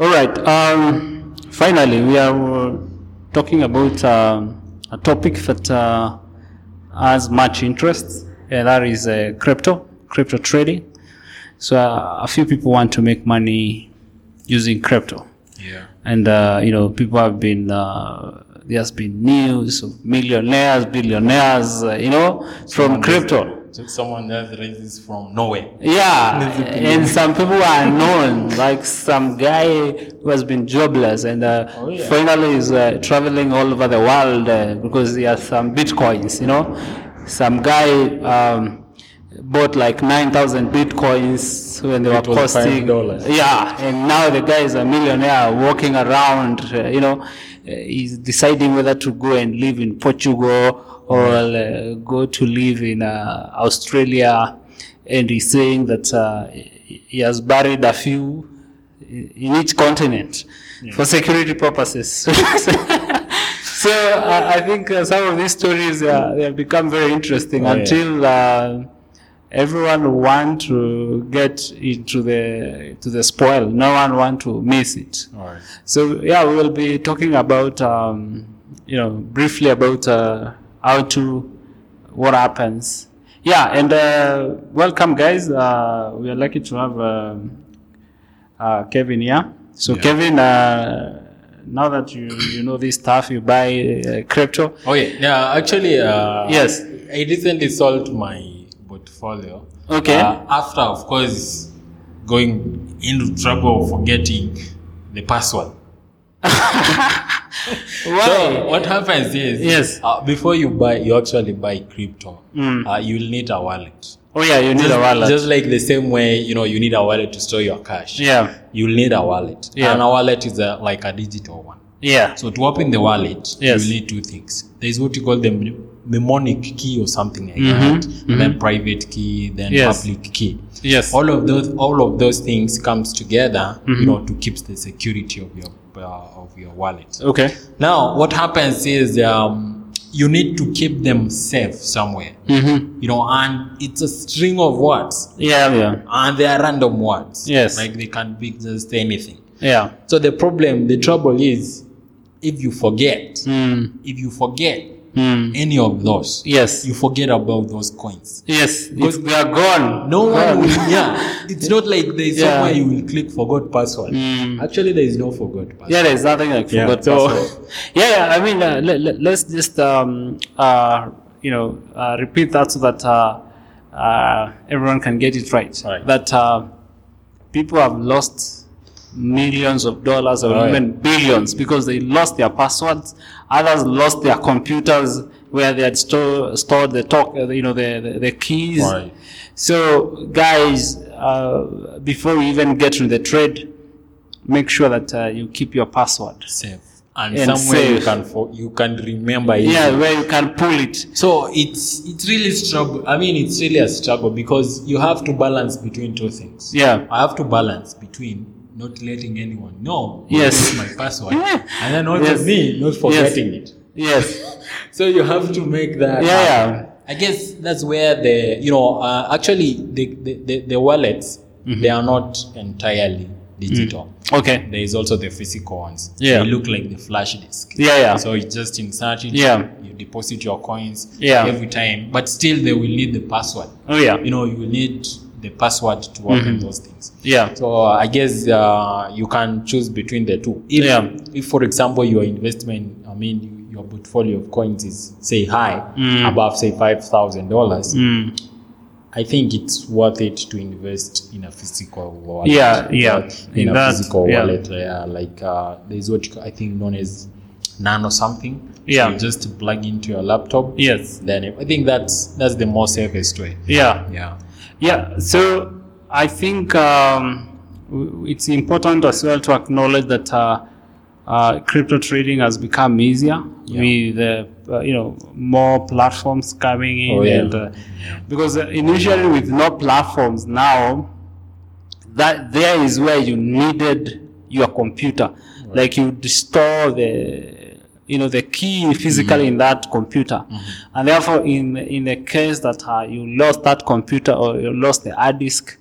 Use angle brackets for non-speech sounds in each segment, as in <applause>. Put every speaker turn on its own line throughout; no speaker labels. All right. Um, finally, we are uh, talking about uh, a topic that uh, has much interest, and that is uh, crypto, crypto trading. So uh, a few people want to make money using crypto,
Yeah.
and uh, you know people have been. Uh, there's been news of millionaires, billionaires, uh, you know, from crypto.
So someone that rises from nowhere.
Yeah, and some people are known, like some guy who has been jobless and uh,
Oh, yeah.
finally is uh, traveling all over the world uh, because he has some bitcoins, you know. Some guy um, bought like 9,000 bitcoins when they were
was
costing.
$5.
Yeah, and now the guy is a millionaire walking around, uh, you know, uh, he's deciding whether to go and live in Portugal or uh, go to live in uh, Australia. And he's saying that uh, he has buried a few in in each continent for security purposes. <laughs> so uh, I think uh, some of these stories uh, they have become very interesting
Oh, yeah.
until uh, everyone want to get into the to the spoil. No one want to miss it.
All right.
So yeah, we will be talking about um, you know briefly about uh, how to what happens. Yeah, and uh, welcome guys. Uh, we are lucky to have um uh, Kevin here. So
Yeah.
Kevin, uh, now that you you know this stuff, you buy uh, crypto.
Okay. Oh, Yeah. Actually, uh,
Yes.
I recently sold my portfolio.
Okay.
Uh, after, of course, going into trouble for getting the password.
Why?
So what happens is,
Yes.
uh, before you buy, you actually buy crypto. Uh, you'll need a wallet.
oh yeah, you need
just,
a wallet.
Just like the same way, you know, you need a wallet to store your cash.
yeah,
You'll need a wallet.
Yeah.
And a wallet is a, like a digital one.
yeah.
So to open the wallet,
Yes.
you need two things. There's what you call the mnem- mnemonic key or something like that. Then private key, then
Mm-hmm. Yes.
public key.
Yes. Mm-hmm.
All of those, all of those things comes together, you know, to keep the security of your uh, of your wallet.
Okay.
Now, what happens is um, you need to keep them safe somewhere,
Mm-hmm.
you know, and it's a string of words,
Yeah, yeah,
and they are random words.
Yes.
like they can be just anything.
yeah.
So the problem, the trouble is, if you forget,
Mm.
if you forget
Mm.
any of those,
Yes.
you forget about those coins.
Yes,
Because
if they are gone.
No one
gone.
will, yeah. It's not like there's
Yeah.
somewhere you will click forgot password.
Mm.
Actually, there is no forgot password.
Yeah, there's nothing like
Yeah,
forgot
so-
password. <laughs> Yeah, yeah. I mean, uh, let, let, let's just um, uh, you know uh, repeat that so that uh, uh, everyone can get it right.
Right.
That uh, people have lost millions of dollars or
Oh, yeah.
even billions because they lost their passwords. Others lost their computers where they had store, stored the talk, uh, you know, the the, the keys.
Right.
So, guys, uh, before we even get to the trade, make sure that uh, you keep your password.
Safe. And,
And
somewhere you
safe.
can for, you can remember it.
Yeah, where you can pull it.
So it's it's really struggle. I mean, it's really a struggle because you have to balance between two things.
Yeah.
I have to balance between not letting anyone know who
Yes.
is my
<laughs>
password, and then also
Yes.
me not forgetting it.
Yes.
So you have to make that.
Yeah,
happen.
yeah.
I guess that's where the you know uh, actually the the, the, the wallets
Mm-hmm.
they are not entirely digital.
Okay.
There is also the physical ones.
Mm. Yeah.
They look like the flash disk.
Yeah, yeah.
So you just insert it.
Yeah.
You deposit your coins.
Yeah.
Every time, but still they will need the password.
Oh yeah.
You know, you will need the password to open
Mm-hmm.
those things.
Yeah.
So I guess uh, you can choose between the two. If,
Yeah.
if for example, your investment, I mean, your portfolio of coins is say high,
Mm.
above say five thousand dollars,
Mm.
I think it's worth it to invest in a physical wallet.
Yeah, yeah.
in,
In
a
that,
physical
yeah.
wallet. Yeah, like uh, there's what I think known as nano something.
Yeah.
you just plug into your laptop.
Yes.
Then I think that's that's the most safest way.
Yeah.
Yeah.
Yeah, so I think um, w- it's important as well to acknowledge that uh, uh, crypto trading has become easier
Yeah.
with uh, uh, you know more platforms coming in,
Oh, yeah.
and uh, because uh, initially with no platforms now, that there is where you needed your computer, like you would store the you know the key physically in that computer, and therefore in in the case that uh, you lost that computer or you lost the hard disk,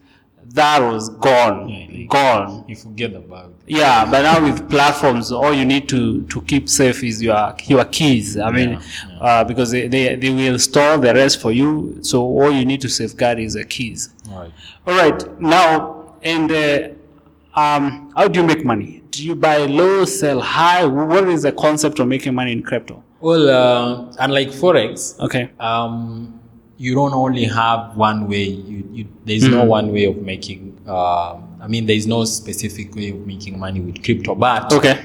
that was gone,
Yeah, like-
gone.
You forget about
Yeah, but now with platforms, all you need to, to keep safe is your your keys. I mean, Uh, because they, they, they will store the rest for you. So all you need to safeguard is the keys.
Right.
All right. Now, and uh, um, how do you make money? Do you buy low, sell high? What is the concept of making money in crypto?
Well, uh, unlike forex,
Okay.
um, you don't only have one way. You, you, there's no
Hmm.
one way of making. Uh, I mean, there's no specific way of making money with crypto. But
Okay.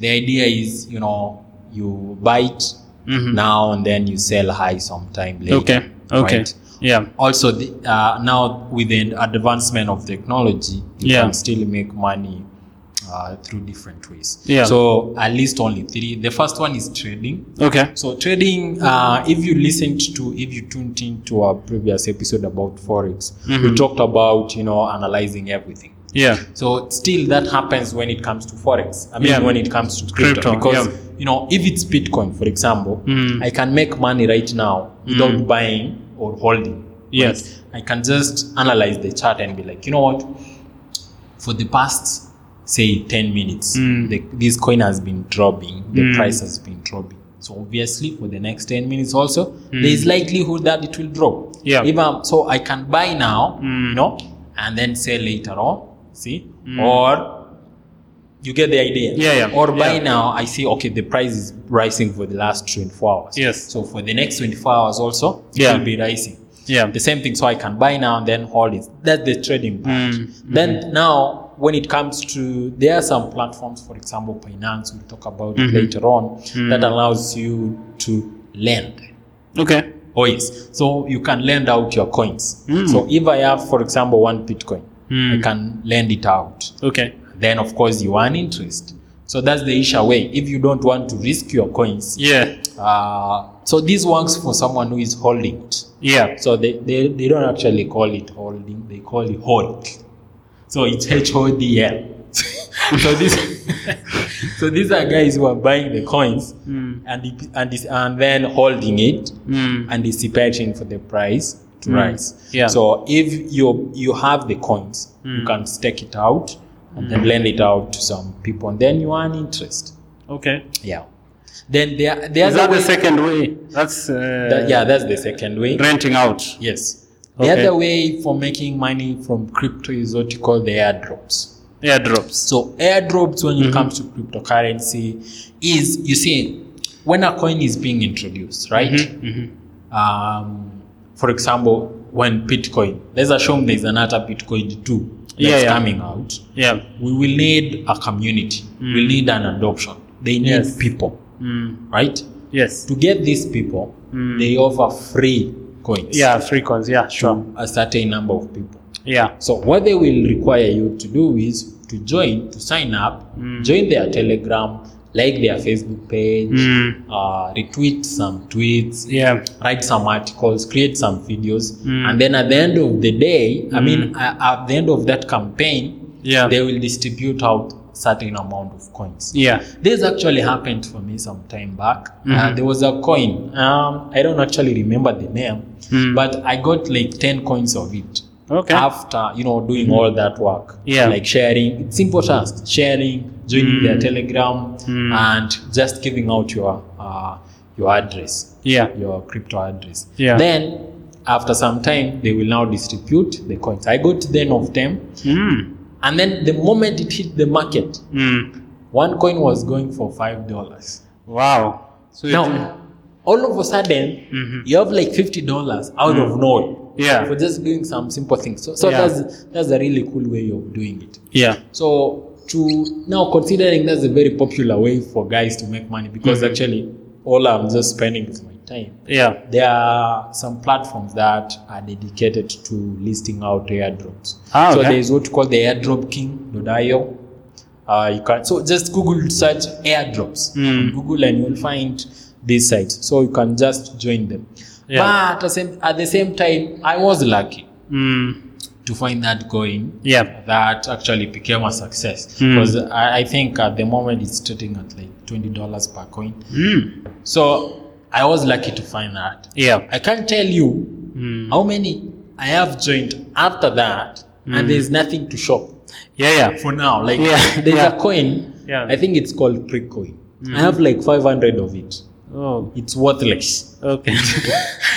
the idea is, you know, you buy it
Mhm.
now and then you sell high sometime later.
Okay. Okay.
right?
Yeah.
Also, the, uh, now with the advancement of technology, you
Yeah.
can still make money uh, through different ways.
Yeah.
So at least only three. The first one is trading.
Okay.
So trading, uh, if you listened to, if you tuned in to our previous episode about forex,
Mm-hmm.
we talked about you know analyzing everything.
Yeah.
So still that happens when it comes to forex. I mean,
Yeah.
when it comes to crypto,
Crypto,
because
yeah.
you know if it's Bitcoin, for example,
Mm.
I can make money right now without buying or holding.
Yes.
I can just analyze the chart and be like, you know what? For the past, say, 10 minutes,
Mm.
the, this coin has been dropping. The
Mm.
price has been dropping. So obviously, for the next 10 minutes also, there is likelihood that it will drop.
Mm. Yeah.
Even, so I can buy now,
Mm. Mm.
you know, and then sell later on. See? Or you get the idea.
Yeah, yeah.
Or buy
Yeah.
now, I see, okay, the price is rising for the last 24 hours.
Yes.
So for the next 24 hours also, it
Yeah.
will be rising
Yeah.
the same thing so i can buy now and then hold it that's the trading part then now when it comes to there are some platforms for example finance we'll talk about it later on that allows you to lend
Okay.
oh yes so you can lend out your coins so if i have for example one bitcoin i can lend it out
Okay.
then of course you earn interest so that's the isha way if you don't want to risk your coins
Yeah.
uh, so this works for someone who is holding it
Yeah.
so they, they, they don't actually call it holding, they call it hold. So it's H O D L. <laughs> so this <laughs> so these are guys who are buying the coins
Hmm.
and it- and is- and then holding it,
Mm.
anticipating for the price to
Mm.
rise.
Yeah. Hmm.
So if you you have the coins, you can stake it out and then lend it out to some people and then you earn interest.
Okay.
Yeah. Then there the
Is
other
that the
way-
second way? That's uh,
that- yeah, that's the second way.
renting out.
Yes. The
Okay.
other way for making money from crypto is what you call the airdrops.
Airdrops.
So airdrops when
Mm-hmm.
it comes to cryptocurrency is you see when a coin is being introduced, right?
Mm-hmm.
Um, for example, when Bitcoin, let's assume there's another Bitcoin too that's
Yeah, yeah.
coming out.
Yeah.
We will need a community. We need an adoption. They need
Mm. Yes.
people,
Mm.
right?
Yes.
To get these people, they offer free coins.
Yeah. Frequency. Yeah. Sure.
a certain number of people.
Yeah.
So what they will require you to do is to join, to sign up, join their Telegram, like their Facebook page,
Mm.
uh, retweet some tweets,
Yeah.
write some articles, create some videos,
Mm.
and then at the end of the day, I mean, uh, at the end of that campaign,
Yeah.
they will distribute out certain amount of coins.
Yeah.
This actually happened for me some time back.
Mm-hmm.
Uh, there was a coin. Um, I don't actually remember the name, but I got like 10 coins of it
Mm. Okay. Mm-hmm.
after, you know, doing all that work.
Yeah. Mm.
Like sharing. It's important. Sharing, joining their Telegram, and just giving out your, uh, your address,
yeah.
your crypto address.
Yeah.
Then, after some time, they will now distribute the coins. I got 10 of them.
Mm.
And then the moment it hit the market,
Mm.
one coin was going for five dollars.
Wow. So it-
Now, all of a sudden, you have like fifty dollars out of nowhere.
Mm. Yeah.
For just doing some simple things. So, so
Yeah.
that's that's a really cool way of doing it.
Yeah.
So to now considering that's a very popular way for guys to make money because
Mm-hmm.
actually all I'm just spending is my time.
Yeah.
There are some platforms that are dedicated to listing out airdrops.
Ah,
So
okay.
there's what you call the airdropking.io. Uh, you can so just Google search airdrops.
Mm.
on Google and you'll find these sites. So you can just join them.
Yeah.
But at the, same, at the same time, I was lucky
Mm.
to find that going.
Yeah.
That actually became a success
Mm.
because I, I think at the moment it's trading at like twenty dollars per coin.
Mm.
So I was lucky to find that.
Yeah.
I can't tell you
Mm.
how many I have joined after that, and there's nothing to shop.
yeah, yeah.
for now. Like
Yeah,
there's
yeah.
a coin.
Yeah.
I think it's called Precoin. I have like 500 of it.
Oh,
It's worthless.
okay. <laughs>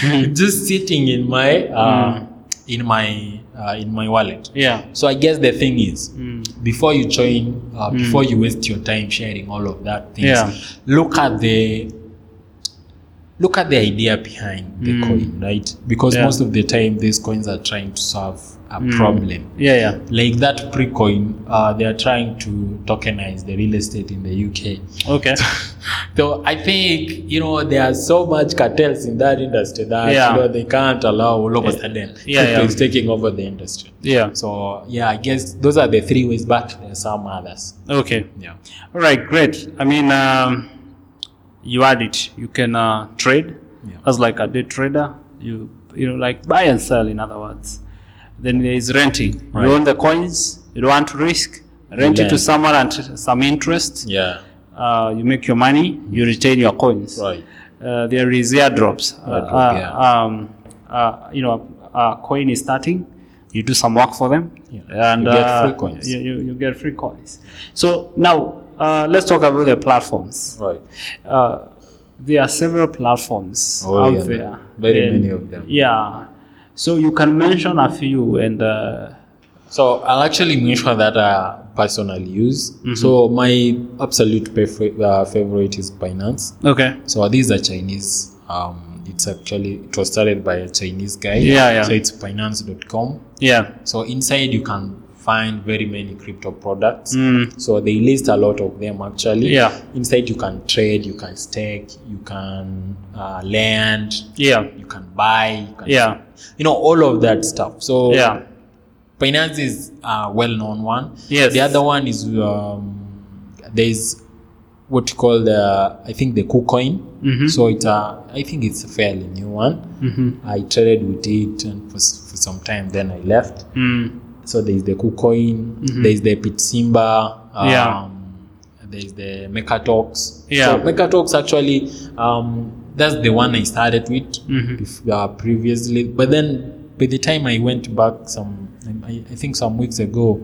Hmm.
<laughs> Just sitting in my uh, in my uh, in my wallet.
yeah.
So I guess the thing is,
Mm.
before you join, uh, before you waste your time sharing all of that things,
Yeah.
look at the look at the idea behind the coin, right? Because
Mm. Yeah. Mm.
most of the time, these coins are trying to solve a problem.
Yeah, yeah.
Like that pre-coin, uh, they are trying to tokenize the real estate in the UK.
Okay.
So I think you know there are so much cartels in that industry that
Yeah.
you know they can't allow all of a sudden <laughs>
Yeah, yeah.
crypto is taking over the industry.
yeah.
So yeah, I guess those are the three ways, but there are some others.
Okay.
Yeah.
All right, great. I mean, um, you had it. You can uh, trade
Yeah.
as like a day trader. You you know like buy and sell. In other words, then there is renting.
Right.
You own the coins. You don't want to risk. Rent it to
learn.
someone at some interest.
Yeah.
Uh, you make your money. You retain your coins.
Right.
Uh, there is airdrops. Uh,
Airdrop,
uh,
yeah.
um, uh, you know, a coin is starting. You do some work for them,
Yeah.
and
You get
uh,
free coins.
You, you, you get free coins. So now uh, let's talk about the platforms.
Right.
Uh, there are several platforms
Oh,
out
yeah.
there.
Very many of them.
Yeah. So you can mention a few, and uh,
So I'll actually mention that I personally use. So my absolute prefer- uh, favorite is Binance.
okay,
So these are Chinese. Um, it's actually it was started by a Chinese guy.
Yeah, yeah.
So it's Binance.com.
yeah,
So inside you can find very many crypto products.
Mm.
So they list a lot of them actually.
Yeah.
Inside you can trade, you can stake, you can uh, land,
yeah,
you can buy, you can
yeah,
you know all of that stuff. So
yeah,
Binance is a well-known one.
Yes.
The other one is um, there's what you call the I think the KuCoin.
Mhm.
So it's a I think it's a fairly new one. Mm-hmm. I traded with it and for, s- for some time, then I left.
mm.
So there's the KuCoin, there's the Pitsimba, um,
Mm-hmm. Yeah.
there's the MekaTalks.
Yeah.
So MekaTalks actually, um, that's the one I started with
Mm-hmm.
bef- uh, previously. But then by the time I went back some, I, I think some weeks ago,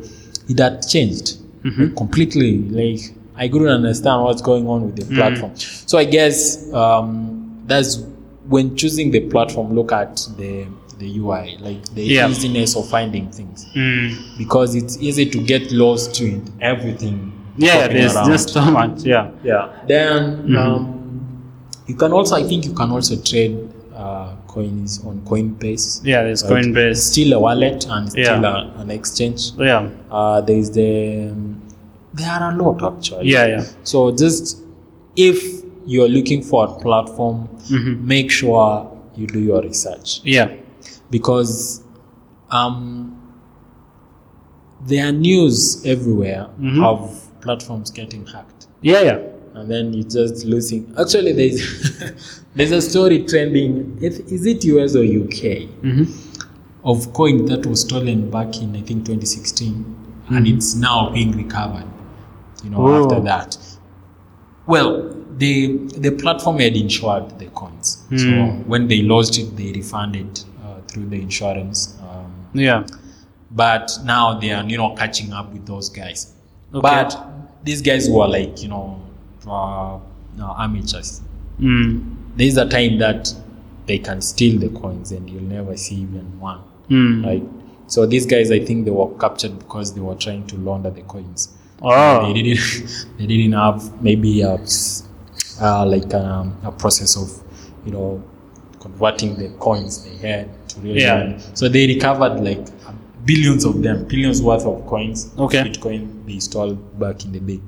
it had changed
Mm-hmm.
like, completely. Like I couldn't understand what's going on with the
Mm-hmm.
platform. So I guess um, that's when choosing the platform, look at the the UI, like the
Yeah.
easiness of finding things
Mm.
because it's easy to get lost in everything.
yeah.
happening
There's
around.
just so much. Yeah,
yeah. Then
Mm-hmm.
um, you can also, I think, you can also trade uh, coins on Coinbase.
yeah. There's
Right. It's
Coinbase.
still a wallet and still
Yeah.
a, an exchange.
Yeah,
Uh, there is the um, there are a lot actually.
yeah, yeah.
So just if you are looking for a platform,
Mm-hmm.
make sure you do your research
Yeah.
because um, there are news everywhere of platforms getting hacked
Yeah, yeah.
and then you just losing actually there's <laughs> there's a story trending is is it us or uk of coin that was stolen back in i think 2016 and it's now being recovered you know
Whoa.
after that well the the platform had insured the coins so when they lost it they refunded uh, through the insurance um,
Yeah.
but now they are you know catching up with those guys
Okay.
but these guys were like you know uh, uh, amateurs
Mm.
there is a time that they can steal the coins and you'll never see even one
Mm.
right so these guys i think they were captured because they were trying to launder the coins
Oh.
they didn't <laughs> they didn't have maybe a, s- uh, like um, a process of you know converting the coins they had to real
Yeah.
money. so they recovered like um, billions of them billions worth of coins
Okay.
bitcoin they stole back in the day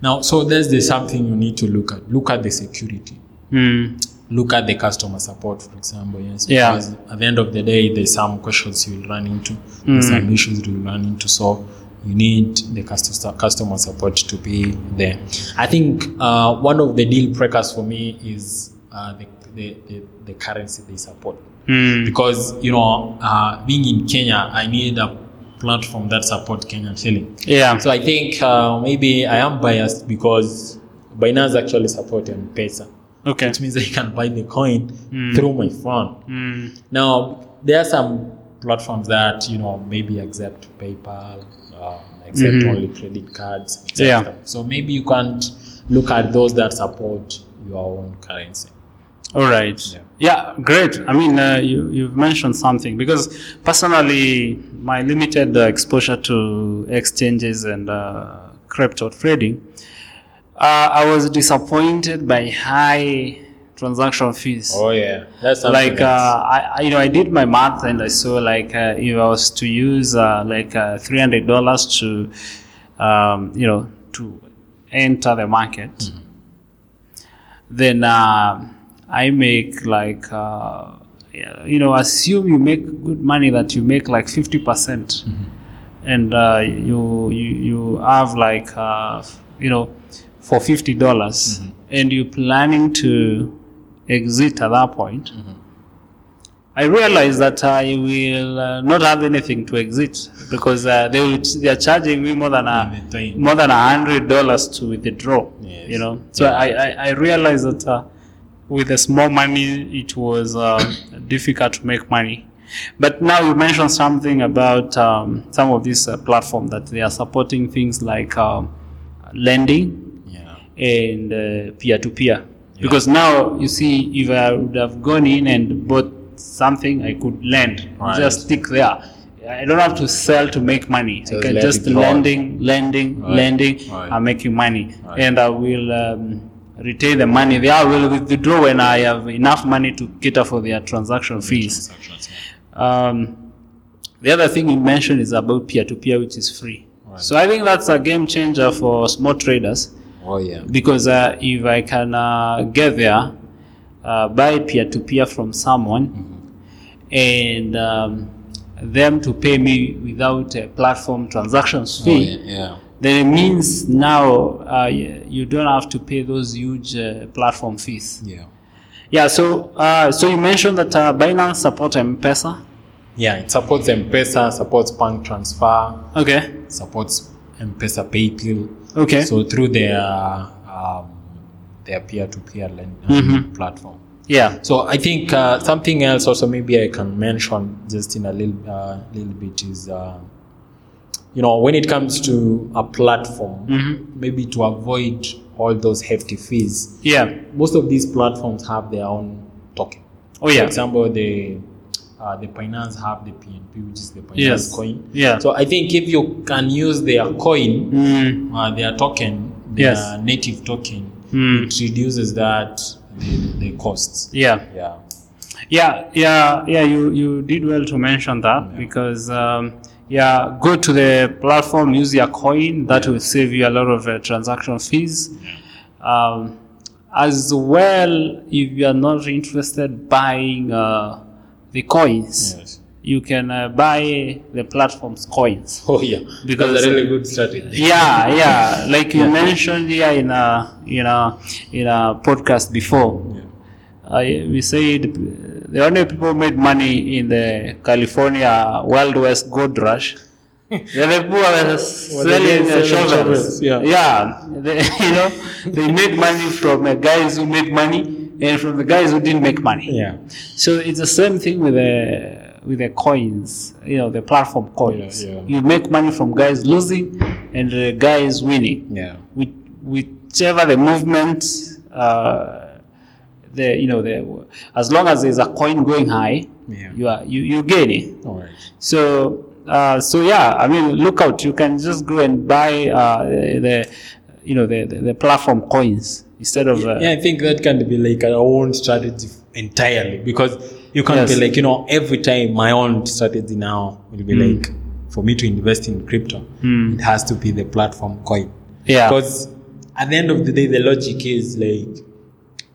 now so there's the something you need to look at look at the security
Mm.
look at the customer support, for example. Yes,
Yeah.
because at the end of the day, there's some questions you'll run into, there's some issues you'll run into. So you need the customer customer support to be there. I think uh, one of the deal breakers for me is uh, the, the, the the currency they support
Mm.
because you know uh, being in Kenya, I need a platform that support Kenyan shilling.
Yeah.
So I think uh, maybe I am biased because Binance actually support M-Pesa
Okay.
which means I can buy the coin through my phone.
Mm.
Now, there are some platforms that, you know, maybe accept PayPal, uh, um, except only credit cards. etc.
Yeah.
So maybe you can't look at those that support your own currency.
All right.
Yeah.
Yeah, great. I mean, uh, you, you've mentioned something because personally, my limited uh, exposure to exchanges and uh, crypto trading, uh, I was disappointed by high transaction fees.
Oh yeah, that's
like uh, I, I- you know, I did my math and I saw like uh, if I was to use uh, like uh, three hundred dollars to, um, you know, to enter the market, then uh, I make like uh, yeah, you know, assume you make good money that you make like fifty percent, and uh, you you you have like uh, you know, for fifty dollars, and you're planning to exit at that point. I realize that I will uh, not have anything to exit because uh, they will, they are charging me more than uh, a more than a hundred dollars to withdraw.
Yes.
You know, so I, I I realized that uh, with the small money it was uh, difficult to make money. But now you mentioned something about um, some of these uh, platform that they are supporting things like um, lending
yeah.
and uh, peer-to-peer because now you see if i would have gone in and bought something i could lend
Right.
just stick there i don't have to sell to make money
So
i can
let
just
it roll.
lending lending
Right.
lending
Right.
i'm making money
Right.
and i will um, retain the money there i will withdraw when i have enough money to cater for their transaction fees
Transactions, yeah.
um, the other thing you mentioned is about peer-to-peer which is free
Right.
so i think that's a game changer for small traders
Oh yeah.
because uh, if I can uh, get there, uh, buy peer to peer from someone,
Mm-hmm.
and um, them to pay me without a platform transactions
Oh,
fee,
yeah. yeah.
then it means now uh, y- you don't have to pay those huge uh, platform fees.
Yeah.
Yeah. So, uh, so you mentioned that uh, Binance support M-Pesa.
Yeah, it supports M-Pesa, supports bank transfer,
Okay.
supports M-Pesa PayPal.
Okay.
So through their um, their peer-to-peer lending
Mm-hmm.
platform.
yeah.
So I think uh, something else also maybe I can mention just in a little uh, little bit is uh, you know when it comes to a platform,
Mm-hmm.
maybe to avoid all those hefty fees,
Yeah.
most of these platforms have their own token.
Oh yeah.
For example, the uh, the Binance have the PNP, which is the Binance
Yes.
coin.
Yeah.
So I think if you can use their coin,
Mm.
uh, their token, their
Yes.
native token,
Mm.
it reduces that the, the costs.
Yeah.
Yeah.
Yeah, yeah, yeah. You you did well to mention that because um, yeah, go to the platform, use your coin. That will save you a lot of uh, transaction fees. Um, as well, if you are not interested buying uh, the coins,
Yes.
you can uh, buy the platform's coins.
Oh yeah,
Because-
that's a really good strategy.
yeah yeah like you mentioned yeah in a in a in a podcast before I, we said uh, the only people made money in the california wild west gold
<laughs>
rush the other people were selling
selling
the shovels
shovels, yeah.
yeah they, <laughs> you know they made money from the guys who made money and from the guys who didn't make money
Yeah.
so it's the same thing with the with the coins, you know, the platform coins.
Yeah, yeah.
You make money from guys losing and the guys winning.
Yeah.
Which, whichever the movement, uh, the you know the as long as there's a coin going high,
Yeah.
you are you you gaining.
All right.
So, uh, so yeah, I mean, look out. You can just go and buy uh, the, you know, the, the, the platform coins instead of uh,
Yeah, I think that can be like our own strategy entirely because you can't
Yes. Hmm.
be like, you know, every time my own strategy now will be like for me to invest in crypto, it has to be the platform coin.
yeah.
Because at the end of the day, the logic is like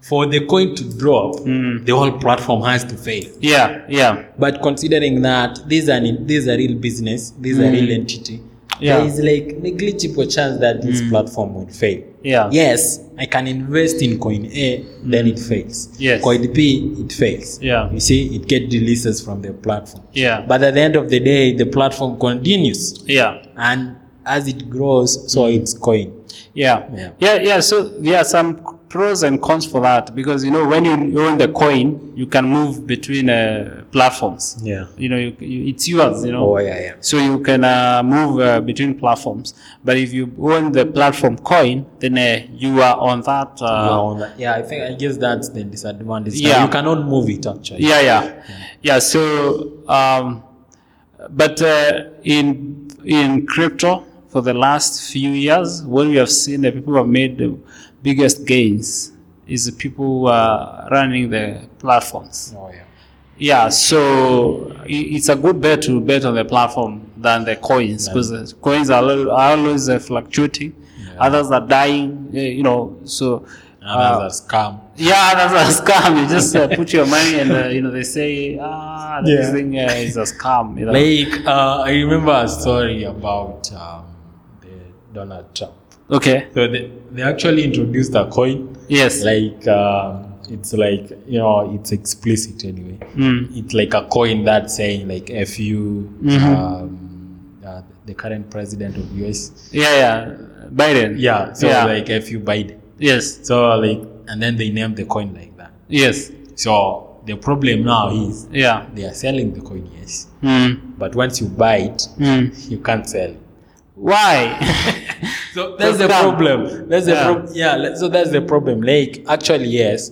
for the coin to drop,
Hmm.
the whole platform has to fail.
yeah, yeah.
But considering that this is an this is a real business, this is a real entity,
Hmm. Yeah. Hmm.
there is like negligible chance that this platform would fail.
Yeah.
Yes, I can invest in coin A, then it fails.
Mm. Yes.
Coin B, it fails.
Yeah.
You see, it gets releases from the platform.
Yeah.
But at the end of the day, the platform continues
Yeah. Mm.
and as it grows, so it's coin.
Yeah.
Yeah.
Yeah. Yeah. So there are some pros and cons for that because you know when you own the coin, you can move between uh, platforms.
Yeah.
You know, you, you, it's yours. You know.
Oh yeah, yeah.
So you can uh, move uh, between platforms, but if you own the platform coin, then uh, you are on that. Uh,
Well, that- yeah, I think I guess that's the disadvantage.
Yeah.
you cannot move it actually.
yeah, yeah, yeah. So, um, but uh, in in crypto for the last few years, what we have seen the people who have made the biggest gains is the people who are running the platforms.
Oh yeah.
Yeah, so i- it's a good bet to bet on the platform than the coins because the coins are, al- are always uh, fluctuating. Others are dying, eh, you know. So uh,
Another scam.
yeah, that's a <laughs> scam. You just uh, put your money and uh, you know they say ah this
Yeah.
thing uh, is a scam. You know?
Like uh, I remember a story about um, the Donald Trump.
Okay.
So they, they actually introduced a coin.
Yes.
Like um, it's like you know it's explicit anyway.
Mm.
It's like a coin that's saying like "f you." Um, uh, the current president of US.
Yeah, yeah. Biden.
Yeah. So
Yeah.
like "f you Biden.
Yes.
So like and then they named the coin like that.
Yes.
So the problem now is
Yeah.
they are selling the coin, yes,
Mm.
but once you buy it,
Mm.
you can't sell.
Why? <laughs>
So
That's
that's the
dumb.
problem. That's the
Yeah.
problem. Yeah. le- So that's the problem. Like actually, yes,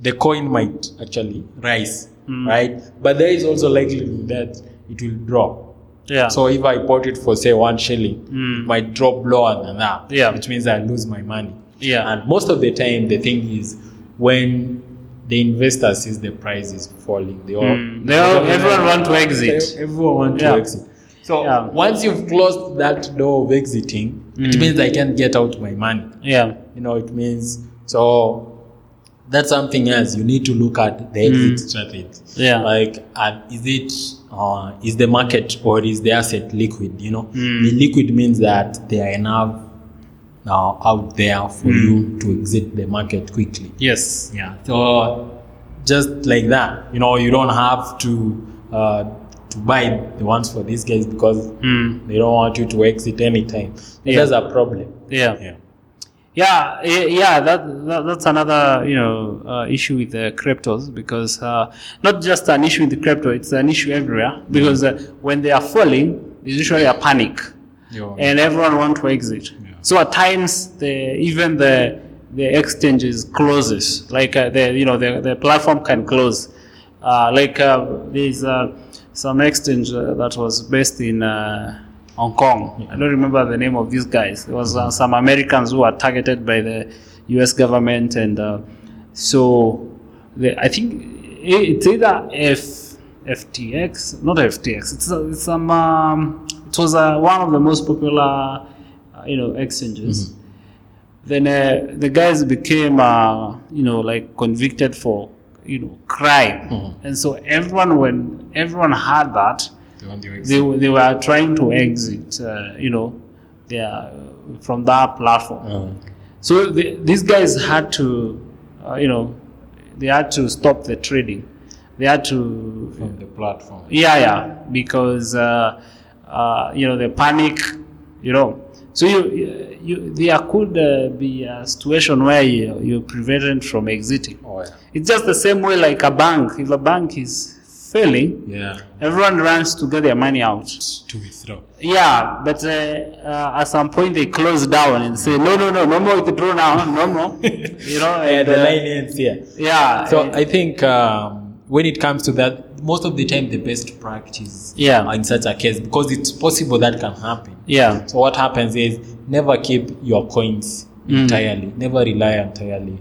the coin might actually rise, right? But there is also likelihood that it will drop.
yeah.
So if I bought it for say one shilling,
Mm.
it might drop lower than that,
Yeah.
which means I lose my money.
Yeah.
And most of the time, the thing is when the investor sees the price is falling, they all,
Mm. They all- everyone want to exit.
Ev- Everyone want
Yeah.
to exit. So
Yeah. Mm.
once you've closed that door of exiting, it means I can't get out my money.
yeah.
You know, it means so. That's something else. You need to look at the exit strategy.
Yeah.
Mm. Like, uh, is it uh, is the market or is the asset liquid? You know,
Mm.
the liquid means that there are enough now out there for you to exit the market quickly.
Yes.
Yeah. So just like that, you know, you don't have to uh, to buy the ones for these guys because
Mm.
they don't want you to exit anytime.
Yeah.
That's a problem.
Yeah.
Yeah.
Yeah, eh, yeah, that, that that's another you know uh, issue with the cryptos because uh, not just an issue with crypto, it's an issue everywhere because uh, when they are falling, there's usually a panic and everyone want to exit. So at times, the even the the exchanges closes, like uh, the you know the, the platform can close. Uh, like uh, there's uh, some exchange uh, that was based in uh, Hong Kong. I don't remember the name of these guys. There was uh, some Americans who were targeted by the U.S. government, and uh, so the, I think i- it's either F FTX, not FTX. It's, a- it's some. Um, it was uh, one of the most popular, uh, you know, exchanges. Then uh, the guys became, uh, you know, like convicted for, you know, crime, and so everyone when everyone heard that, they, were- they were trying to exit, uh, you know, their, from that platform. So the, these guys had to, uh, you know, they had to stop the trading. They had to,
from the platform.
yeah, yeah, because uh, uh, you know the panic, you know. So you, you there could uh, be a situation where you, you're prevented from exiting.
Oh, yeah.
It's just the same way like a bank. If a bank is failing,
yeah.
everyone runs to get their money out.
To <laughs> withdraw.
Yeah, but uh, uh, at some point they close down and say, no, no, no, no more withdraw now, no
<laughs>
more. You know,
Yeah,
and,
the
uh,
line ends here.
yeah,
So
uh,
I think um, when it comes to that, most of the time the best practice
Yeah.
are in such a case because it's possible that can happen.
yeah,
So what happens is never keep your coins entirely. Never rely entirely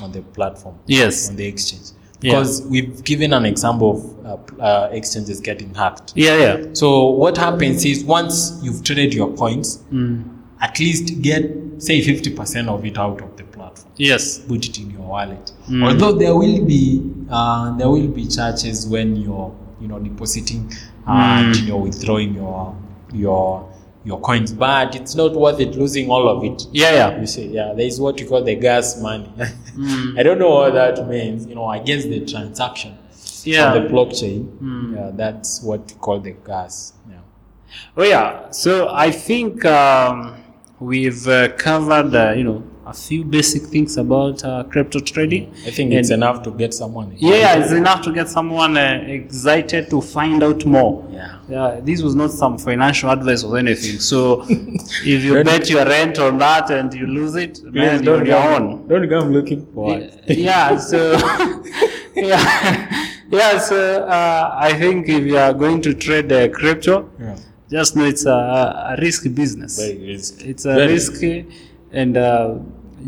on the platform.
Yes.
On the exchange.
Yeah.
Because we've given an example of uh, p- uh, exchanges getting hacked.
yeah, yeah,
So what happens is once you've traded your coins, at least get say 50% of it out of the platform.
yes,
Put it in your wallet. Although there will be uh, there will be charges when you're you know depositing uh, and you're withdrawing your your your coins, but it's not worth it losing all of it.
yeah, yeah,
You see, yeah, there is what you call the gas money. <laughs> I don't know what that means. You know, against the transaction
yeah.
on the blockchain, yeah, that's what you call the gas. Yeah.
Oh yeah. So I think um, We've uh, covered, uh, you know, a few basic things about uh, crypto trading.
I think it's enough to get someone.
Yeah, it's enough to get someone uh, excited to find out more.
Yeah.
Yeah, this was not some financial advice or anything. So,
<laughs>
if you
Don't-
bet your rent on that and you lose it, man, you're on your own.
Don't come looking for
Y- yeah so <laughs> yeah yeah so uh, i think if you are going to trade uh, crypto
Yeah.
just know it's a, a risky business
Very risky.
it's a
Very
risky and uh,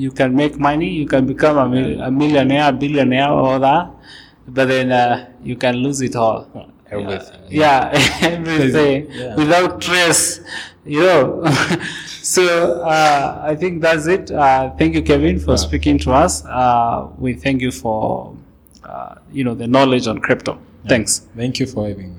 you can make money you can become a, mil- a millionaire billionaire or that but then uh, you can lose it all
Everything.
yeah, <laughs> everything
Yeah.
without trace, you know. <laughs> so uh, I think that's it. Uh, thank you, Kevin, for speaking to us. Uh, we thank you for uh, you know the knowledge on crypto. Thanks.
Thank you for having me.